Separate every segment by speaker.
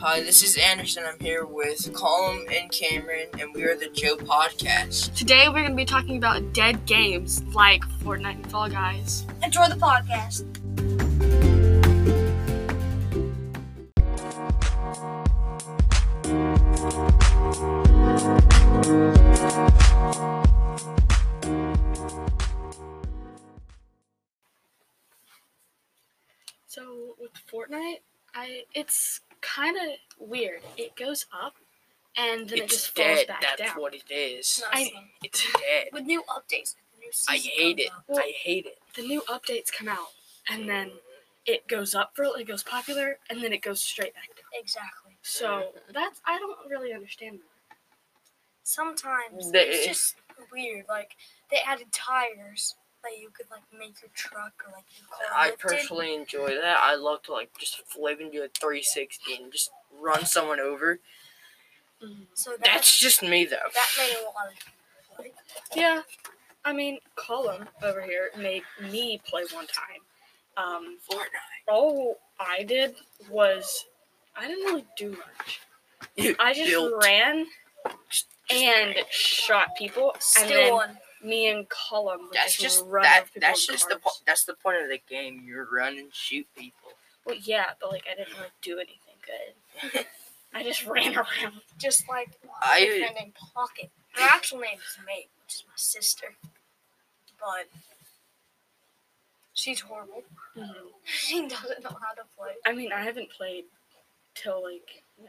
Speaker 1: Hi, this is Anderson. I'm here with Colm and Cameron, and we are the Joe Podcast.
Speaker 2: Today we're gonna be talking about dead games like Fortnite and Fall Guys.
Speaker 3: Enjoy the podcast.
Speaker 2: So with Fortnite, I it's kind of weird. It goes up and then it
Speaker 1: it's
Speaker 2: just falls
Speaker 1: dead.
Speaker 2: back
Speaker 1: That's
Speaker 2: down.
Speaker 1: what it is.
Speaker 2: I-
Speaker 1: It's dead.
Speaker 3: with new updates, the new
Speaker 1: I
Speaker 3: season
Speaker 1: hate
Speaker 3: comes
Speaker 1: it.
Speaker 3: out.
Speaker 2: Well-
Speaker 1: I hate it.
Speaker 2: The new updates come out and then it goes up for it goes popular and then it goes straight back down.
Speaker 3: Exactly.
Speaker 2: So that's I don't really understand that.
Speaker 3: Sometimes
Speaker 1: They-
Speaker 3: it's just weird. Like they added tires that you could like make your truck or like your car.
Speaker 1: I
Speaker 3: lifted.
Speaker 1: personally enjoy that. I love to like just flip and do a 360 and just run someone over. Mm-hmm.
Speaker 3: So that,
Speaker 1: That's just me though.
Speaker 3: that made a lot of people like.
Speaker 2: Yeah, I mean Colin over here made me play one time. Um,
Speaker 1: Fortnite.
Speaker 2: all I did was I didn't really do much.
Speaker 1: You
Speaker 2: I just
Speaker 1: built-
Speaker 2: ran
Speaker 1: Just- just
Speaker 2: and
Speaker 1: ran.
Speaker 2: shot people, and
Speaker 3: Still
Speaker 2: then
Speaker 3: one.
Speaker 2: me and Colum would
Speaker 1: That's
Speaker 2: just
Speaker 1: just
Speaker 2: run
Speaker 1: that.
Speaker 2: over people
Speaker 1: That's
Speaker 2: in
Speaker 1: just the po-
Speaker 2: cars.
Speaker 1: that's the point of the game. You run and shoot people.
Speaker 2: Well, yeah, but like I didn't really do anything good. I just ran around.
Speaker 3: Just like
Speaker 1: I-
Speaker 3: a friend named Pocket. Her actual name is May, which is my sister. But she's horrible. She doesn't know how to play.
Speaker 2: I mean, I haven't played till like when?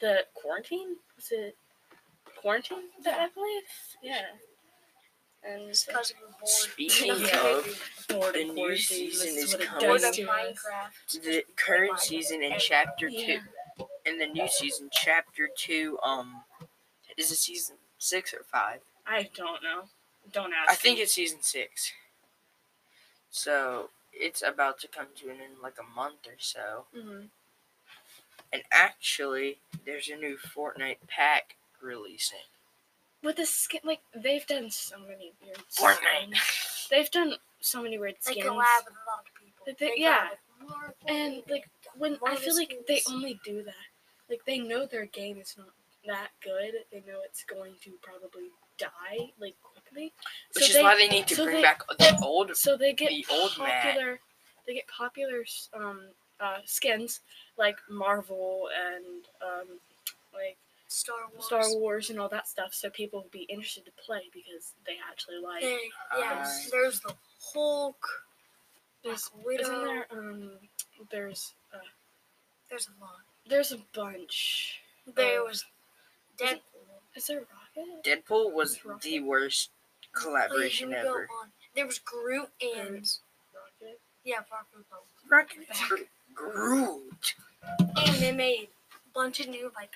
Speaker 2: the quarantine. Was it quarantine that I played? Yeah. And
Speaker 3: Just because we're bored.
Speaker 1: Speaking
Speaker 2: Yeah.
Speaker 1: of
Speaker 2: bored
Speaker 1: the
Speaker 2: of
Speaker 1: new
Speaker 2: quarantine,
Speaker 1: season
Speaker 2: this
Speaker 1: is
Speaker 2: what it
Speaker 1: coming.
Speaker 3: Bored
Speaker 2: does
Speaker 3: of
Speaker 2: to us.
Speaker 3: Minecraft.
Speaker 1: the current season in chapter two
Speaker 2: Yeah.
Speaker 1: in the new season chapter two um is it season six or five
Speaker 2: I don't know. Don't ask.
Speaker 1: i think
Speaker 2: me.
Speaker 1: it's season six so it's about to come to an end in like a month or so
Speaker 2: Mhm.
Speaker 1: and actually there's a new fortnite pack releasing
Speaker 2: with the skin. Like they've done so many weird.
Speaker 1: Fortnite.
Speaker 2: skins. They've done so many weird
Speaker 3: They
Speaker 2: skins.
Speaker 3: collab with a lot of people.
Speaker 2: They- they-
Speaker 3: collab
Speaker 2: yeah.
Speaker 3: with Marvel.
Speaker 2: and like when I
Speaker 3: Marvel
Speaker 2: feel like they
Speaker 3: skins.
Speaker 2: only do that. Like they know their game is not that good. They know it's going to probably die like quickly.
Speaker 1: which
Speaker 2: so
Speaker 1: is why they need to
Speaker 2: so
Speaker 1: bring
Speaker 2: they-
Speaker 1: back the old
Speaker 2: So they get
Speaker 1: The old man.
Speaker 2: popular. They get popular um, uh, skins like Marvel and um, like
Speaker 3: Star Wars.
Speaker 2: Star Wars and all that stuff, so people would be interested to play because they actually like.
Speaker 3: They, yeah,
Speaker 1: Alright.
Speaker 3: there's the Hulk.
Speaker 2: There's
Speaker 3: Black Widow.
Speaker 2: isn't there um there's uh,
Speaker 3: There's a lot.
Speaker 2: there's a bunch.
Speaker 3: There
Speaker 2: Um,
Speaker 3: was Deadpool.
Speaker 2: Is there Rocket?
Speaker 1: deadpool was the worst collaboration
Speaker 3: Wait, here we
Speaker 1: ever
Speaker 3: Go on. There was Groot and
Speaker 2: Rocket.
Speaker 3: yeah, Rocket Boat.
Speaker 1: Rocket Groot.
Speaker 3: And they made a bunch of new like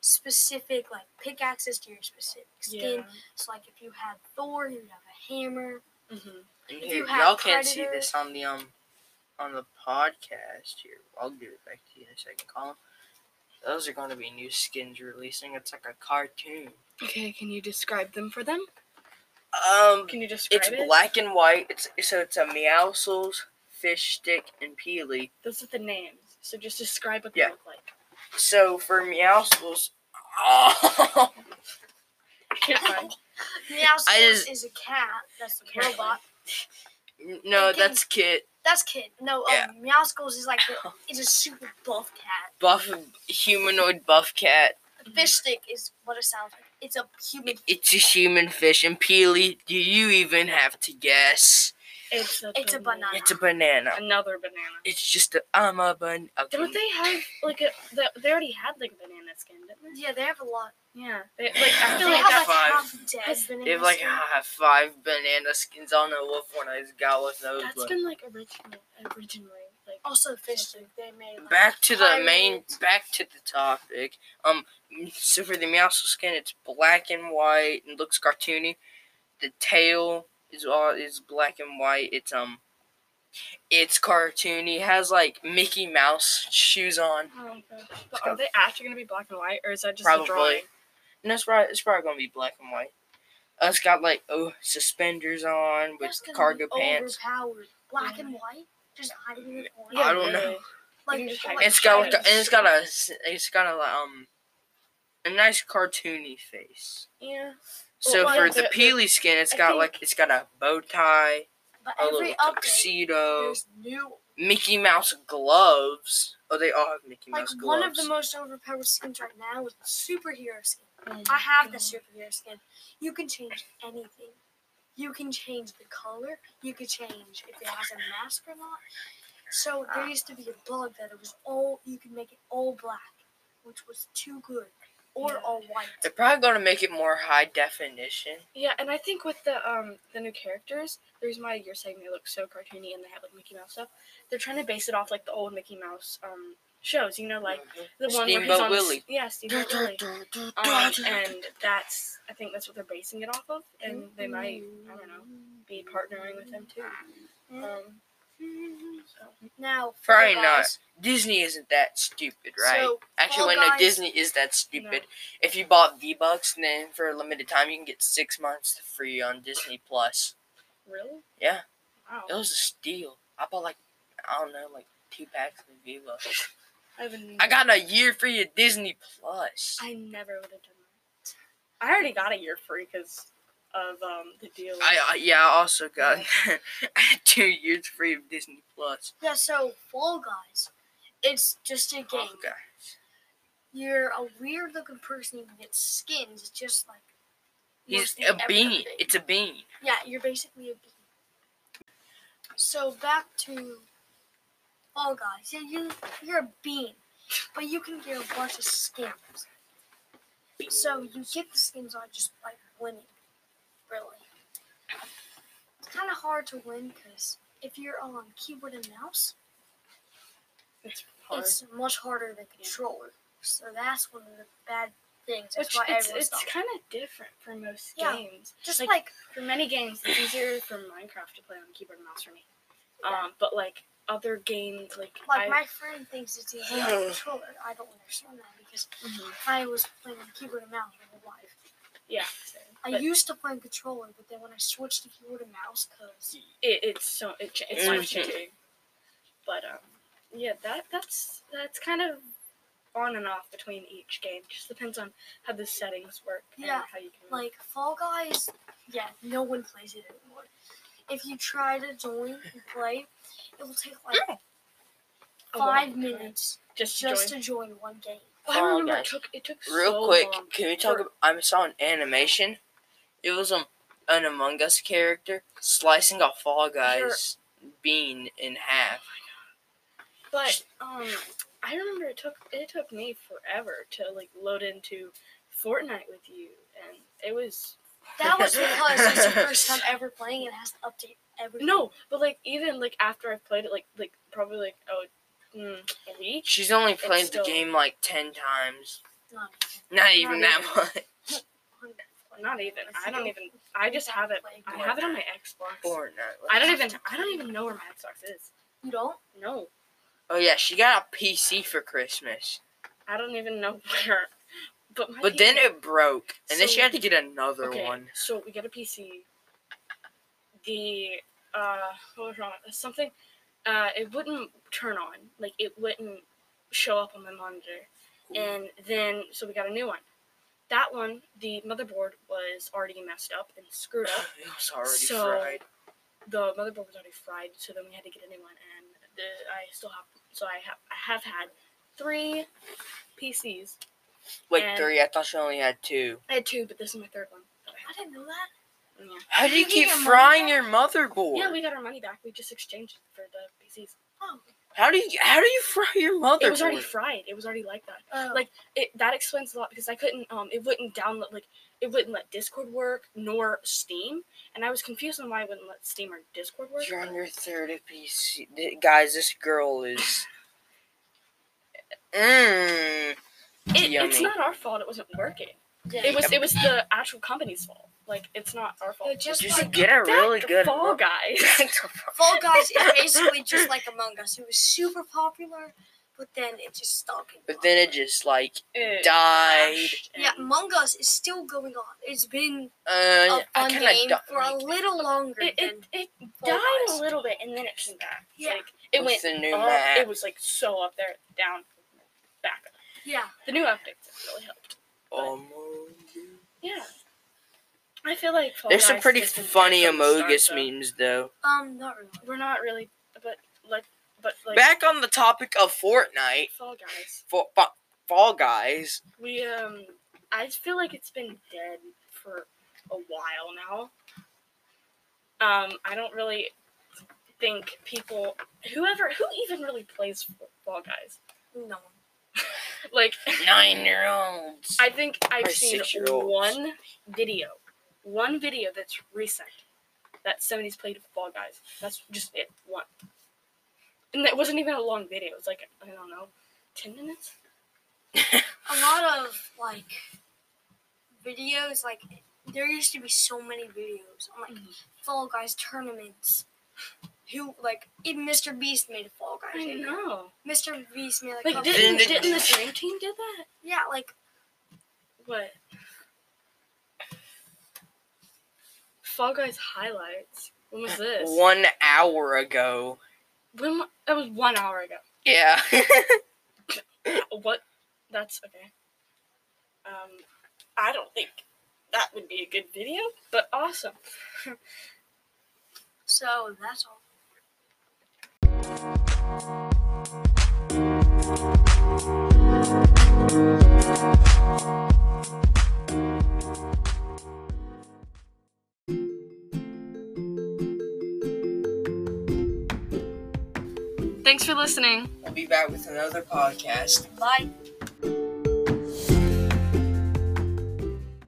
Speaker 3: specific like pickaxes to your specific skin.
Speaker 2: Yeah.
Speaker 3: So like if you had Thor, you'd have a hammer.
Speaker 2: hmm
Speaker 1: And
Speaker 3: If
Speaker 1: here,
Speaker 3: you have
Speaker 1: y'all can't see
Speaker 3: Predator-
Speaker 1: this on the um on the podcast here. I'll give it back to you in a second, Colin. Those are going to be new skins releasing. It's like a cartoon.
Speaker 2: Okay, can you describe them for them?
Speaker 1: Um,
Speaker 2: Can you describe
Speaker 1: it's
Speaker 2: it?
Speaker 1: black and white. It's so it's a Meowsles, Fish Stick, and Peely.
Speaker 2: Those are the names. So just describe what they
Speaker 1: Yeah.
Speaker 2: look like.
Speaker 1: So for Meowsles, oh,
Speaker 2: Can't find.
Speaker 3: Meowth
Speaker 1: I just-
Speaker 3: is a cat. That's a
Speaker 2: Apparently.
Speaker 3: robot.
Speaker 1: no,
Speaker 3: Thinking-
Speaker 1: that's Kit.
Speaker 3: That's kid. No, um,
Speaker 1: Yeah.
Speaker 3: Meowskulls is like the, is a super buff cat.
Speaker 1: Buff humanoid buff cat.
Speaker 3: Fish stick is what it sounds like. It's a human.
Speaker 1: It's a human fish, and Peely. Do you even have to guess?
Speaker 2: It's a
Speaker 3: It's a banana.
Speaker 1: It's a banana.
Speaker 2: Another banana.
Speaker 1: It's just a I'm a bun. Okay.
Speaker 2: Don't they have like a? They, they already had like a banana skin, didn't they?
Speaker 3: Yeah, they have a lot.
Speaker 2: Yeah. They, like I
Speaker 3: They
Speaker 2: feel
Speaker 1: They
Speaker 2: like
Speaker 3: have
Speaker 2: that,
Speaker 3: like
Speaker 1: five.
Speaker 3: half dead.
Speaker 2: Has-
Speaker 3: banana
Speaker 1: They have like
Speaker 3: skin.
Speaker 1: ah, five banana skins. I don't know what one I just got with those.
Speaker 2: that's
Speaker 1: But
Speaker 2: been like original, originally like.
Speaker 3: also fish stick. They made like,
Speaker 1: back to the main.
Speaker 3: pirates.
Speaker 1: Back to the topic. Um. So for the mouse skin, it's black and white and looks cartoony. The tail is all is black and white. It's um. It's cartoony. Has like Mickey Mouse shoes on.
Speaker 2: Oh my gosh. But are they actually gonna be black and white, or is that just
Speaker 1: Probably.
Speaker 2: a drawing?
Speaker 1: And that's right. It's probably gonna be black and white. Uh, it's got like oh suspenders on with
Speaker 3: That's gonna
Speaker 1: cargo
Speaker 3: be
Speaker 1: pants.
Speaker 2: Mm-hmm.
Speaker 3: Overpowered. Black and white. Just hiding in the corner.
Speaker 1: Yeah, I don't know.
Speaker 3: like,
Speaker 2: can just hide
Speaker 3: like
Speaker 2: it.
Speaker 1: It's got like a,
Speaker 2: shadows.
Speaker 1: and it's got a s- it's got a um a nice cartoony face.
Speaker 2: Yeah.
Speaker 1: So
Speaker 2: Well,
Speaker 1: for
Speaker 2: the-
Speaker 1: the,
Speaker 2: the-
Speaker 1: peely skin, it's
Speaker 2: I
Speaker 1: got
Speaker 2: think-
Speaker 1: like it's got a bow tie,
Speaker 3: but
Speaker 1: a
Speaker 3: every
Speaker 1: little
Speaker 3: update
Speaker 1: tuxedo,
Speaker 3: there's new
Speaker 1: Mickey Mouse gloves. Oh, they all have Mickey
Speaker 3: like
Speaker 1: Mouse gloves.
Speaker 3: one of the most overpowered skins right now is the superhero skin. I have the superhero skin. You can change anything. You can change the color. You can change if it has a mask or not. So there used to be a bug that it was all you could make it all black, which was too good, or
Speaker 2: Yeah.
Speaker 3: all white.
Speaker 1: They're probably gonna make it more high definition.
Speaker 2: Yeah, and I think with the um the new characters, the reason why you're saying they look so cartoony and they have like Mickey Mouse stuff, they're trying to base it off like the old Mickey Mouse um shows. You know, like the one where he's
Speaker 1: Steamboat
Speaker 2: on s-
Speaker 1: Willie.
Speaker 2: yeah, Steamboat Willie. Um, and that's I think that's what they're basing it off of, and they might I don't know be partnering with them too. Um, so
Speaker 3: Now,
Speaker 1: Probably
Speaker 3: Fall
Speaker 1: not,
Speaker 3: Guys-
Speaker 1: Disney isn't that stupid, right?
Speaker 3: So,
Speaker 1: Actually,
Speaker 3: Fall
Speaker 1: when
Speaker 3: Guys-
Speaker 1: Disney is that stupid. If you bought V Bucks, then for a limited time, you can get six months free on Disney Plus.
Speaker 2: really,
Speaker 1: Yeah.
Speaker 2: wow,
Speaker 1: It was a steal. I bought like I don't know, like two packs of V Bucks.
Speaker 2: I, have n-
Speaker 1: I got a year free of Disney Plus.
Speaker 2: I never would have done that. I already got a year free because of um the deal.
Speaker 1: I, I yeah, I also got I had two years free of Disney Plus.
Speaker 3: yeah, so Fall Guys, it's just a game.
Speaker 1: Oh, God.
Speaker 3: You're a weird looking person. You can get skins, just like
Speaker 1: He's
Speaker 3: mostly
Speaker 1: a
Speaker 3: everything.
Speaker 1: bean. It's a bean.
Speaker 3: Yeah, you're basically a bee. So back to Fall Guys. Yeah, you you're a bean, but you can get a bunch of skins. So you get the skins on just by winning, really. It's kind of hard to win because if you're on keyboard and mouse,
Speaker 2: it's hard.
Speaker 3: it's much harder than controller. So that's one of the bad things. That's
Speaker 2: Which
Speaker 3: why
Speaker 2: it's,
Speaker 3: everyone's
Speaker 2: it's
Speaker 3: not-
Speaker 2: kind of different for most
Speaker 3: Yeah.
Speaker 2: games.
Speaker 3: just
Speaker 2: like-
Speaker 3: like,
Speaker 2: For many games, it's easier for Minecraft to play on keyboard and mouse for me. Um, but like other games, like,
Speaker 3: like
Speaker 2: I,
Speaker 3: my friend thinks it's easy on controller. I don't understand that because.
Speaker 2: Mhm.
Speaker 3: I was playing on keyboard and mouse my whole life.
Speaker 2: yeah, so,
Speaker 3: I
Speaker 2: but
Speaker 3: used to play on controller, but then when I switched to keyboard and mouse, cause
Speaker 2: it, it's so it, ch- it's life
Speaker 1: Mhm.
Speaker 2: changing. But um, yeah, that that's that's kind of on and off between each game. Just depends on how the settings work
Speaker 3: Yeah,
Speaker 2: and how you can.
Speaker 3: like Fall Guys, yeah, no one plays it anymore. If you try to join and play, it will take like
Speaker 2: a long
Speaker 3: five
Speaker 2: time.
Speaker 3: minutes
Speaker 2: Just,
Speaker 3: just
Speaker 2: join.
Speaker 3: to join one game.
Speaker 2: I
Speaker 1: Oh,
Speaker 2: remember it
Speaker 1: guys.
Speaker 2: took it took
Speaker 1: Real
Speaker 2: so
Speaker 1: quick,
Speaker 2: long.
Speaker 1: can we talk?
Speaker 2: for-
Speaker 1: About, I saw an animation. It was um an Among Us character slicing a Fall Guys bean in half.
Speaker 2: But um, I remember it took it took me forever to like load into Fortnite with you, and it was
Speaker 3: That was because it's the first time ever playing it. it has to update every
Speaker 2: no, but like even like after I've played it, like like probably like oh, mm, a week.
Speaker 1: She's only played
Speaker 2: It's
Speaker 1: the
Speaker 2: still-
Speaker 1: game like ten times.
Speaker 3: not
Speaker 1: Not even
Speaker 2: Not
Speaker 1: that much.
Speaker 3: even.
Speaker 2: Not even. I don't even. I just have it. I have it on my Xbox.
Speaker 1: Fortnite.
Speaker 2: I don't even. I don't even know where my Xbox is.
Speaker 3: You don't?
Speaker 2: No,
Speaker 1: Oh yeah, she got a PC for Christmas,
Speaker 2: I don't even know where. But my
Speaker 1: but then
Speaker 2: PC
Speaker 1: it broke, and then
Speaker 2: So-
Speaker 1: she had to get another one.
Speaker 2: So we get a PC. The uh, what was wrong? Something. Uh, it wouldn't turn on. Like it wouldn't show up on my monitor. And then so we got a new one. That one, the motherboard was already messed up and screwed
Speaker 1: It
Speaker 2: up.
Speaker 1: was already
Speaker 2: So-
Speaker 1: fried.
Speaker 2: The motherboard was already fried, so then we had to get a new one. And the, I still have. So I have. I have had three PCs.
Speaker 1: Wait,
Speaker 2: and-
Speaker 1: three. I thought she only had two.
Speaker 2: I had two, but this is my third one. that I
Speaker 3: I didn't know that.
Speaker 2: have. Yeah.
Speaker 1: How do you
Speaker 3: You
Speaker 1: keep
Speaker 3: get your
Speaker 1: frying
Speaker 3: motherboard?
Speaker 1: your motherboard?
Speaker 2: Yeah, we got our money back. We just exchanged it for the PCs.
Speaker 3: Oh.
Speaker 1: How do you how do you fry your motherboard?
Speaker 2: It was already fried. It was already like that.
Speaker 3: oh.
Speaker 2: Like- It that explains a lot because I couldn't um it wouldn't download like it wouldn't let Discord work nor Steam and I was confused on why it wouldn't let Steam or Discord work.
Speaker 1: You're on your third PC, Th- guys. This girl is. Mmm.
Speaker 2: It, it's
Speaker 1: Yummy.
Speaker 2: not our fault. It wasn't working.
Speaker 3: yeah.
Speaker 2: It was it was the actual company's fault. Like it's not our fault.
Speaker 3: They're just
Speaker 1: You
Speaker 3: like
Speaker 1: should get a really
Speaker 2: Back to
Speaker 1: good.
Speaker 2: Fall
Speaker 1: mo-
Speaker 2: Guys.
Speaker 1: Back to Fall-
Speaker 3: Fall Guys is basically just like Among Us. It was super popular, but then it just stopped. being
Speaker 1: But then it
Speaker 3: popular.
Speaker 1: just like
Speaker 2: It
Speaker 1: died.
Speaker 2: crashed
Speaker 3: Yeah,
Speaker 2: and
Speaker 3: Among Us is still going on. It's been
Speaker 1: Uh,
Speaker 3: a
Speaker 1: I
Speaker 3: fun
Speaker 1: kind
Speaker 3: game
Speaker 1: of
Speaker 3: for a little longer
Speaker 2: It,
Speaker 3: than
Speaker 2: it, it
Speaker 3: Fall
Speaker 2: died
Speaker 3: Guys.
Speaker 2: a little bit and then it came back.
Speaker 3: Yeah.
Speaker 2: Like, it
Speaker 1: What's the
Speaker 2: went
Speaker 1: new
Speaker 2: up,
Speaker 1: map?
Speaker 2: It was like so up there, down, back up.
Speaker 3: Yeah.
Speaker 2: The new updates have really helped. Yeah. I feel like Fall
Speaker 1: There's some
Speaker 2: Guys
Speaker 1: pretty
Speaker 2: has been
Speaker 1: funny
Speaker 2: good from the
Speaker 1: Amogus
Speaker 2: start, though.
Speaker 1: memes though.
Speaker 3: Um, not really.
Speaker 2: We're not really, but like, but like
Speaker 1: Back on the topic of Fortnite,
Speaker 2: Fall Guys.
Speaker 1: Fa- Fa- Fall Guys.
Speaker 2: We um, I feel like it's been dead for a while now. Um, I don't really think people, whoever, who even really plays Fall Guys.
Speaker 3: No.
Speaker 2: Like,
Speaker 1: Nine year olds.
Speaker 2: I think I've
Speaker 1: Or
Speaker 2: seen
Speaker 1: six-year-olds.
Speaker 2: one video, one video that's recent that somebody's played with Fall Guys. That's just it, one. And that wasn't even a long video. It was like I don't know, ten minutes.
Speaker 3: A lot of like videos, like there used to be so many videos on like
Speaker 2: Mm-hmm.
Speaker 3: Fall Guys tournaments. Who like even Mr. Beast made a Fall Guys.
Speaker 2: I
Speaker 3: video.
Speaker 2: know.
Speaker 3: Mr. Beast made like, a
Speaker 2: Like
Speaker 3: couple
Speaker 2: didn't,
Speaker 1: Didn't it-
Speaker 2: didn't the Dream Team did that?
Speaker 3: yeah, like
Speaker 2: What? Fall Guys highlights. When was this?
Speaker 1: One hour ago.
Speaker 2: When wa- that was one hour ago.
Speaker 1: Yeah.
Speaker 2: What? That's okay. Um, I don't think that would be a good video, but awesome.
Speaker 3: so that's all.
Speaker 2: Thanks for listening.
Speaker 1: we'll be back with another podcast.
Speaker 3: Bye.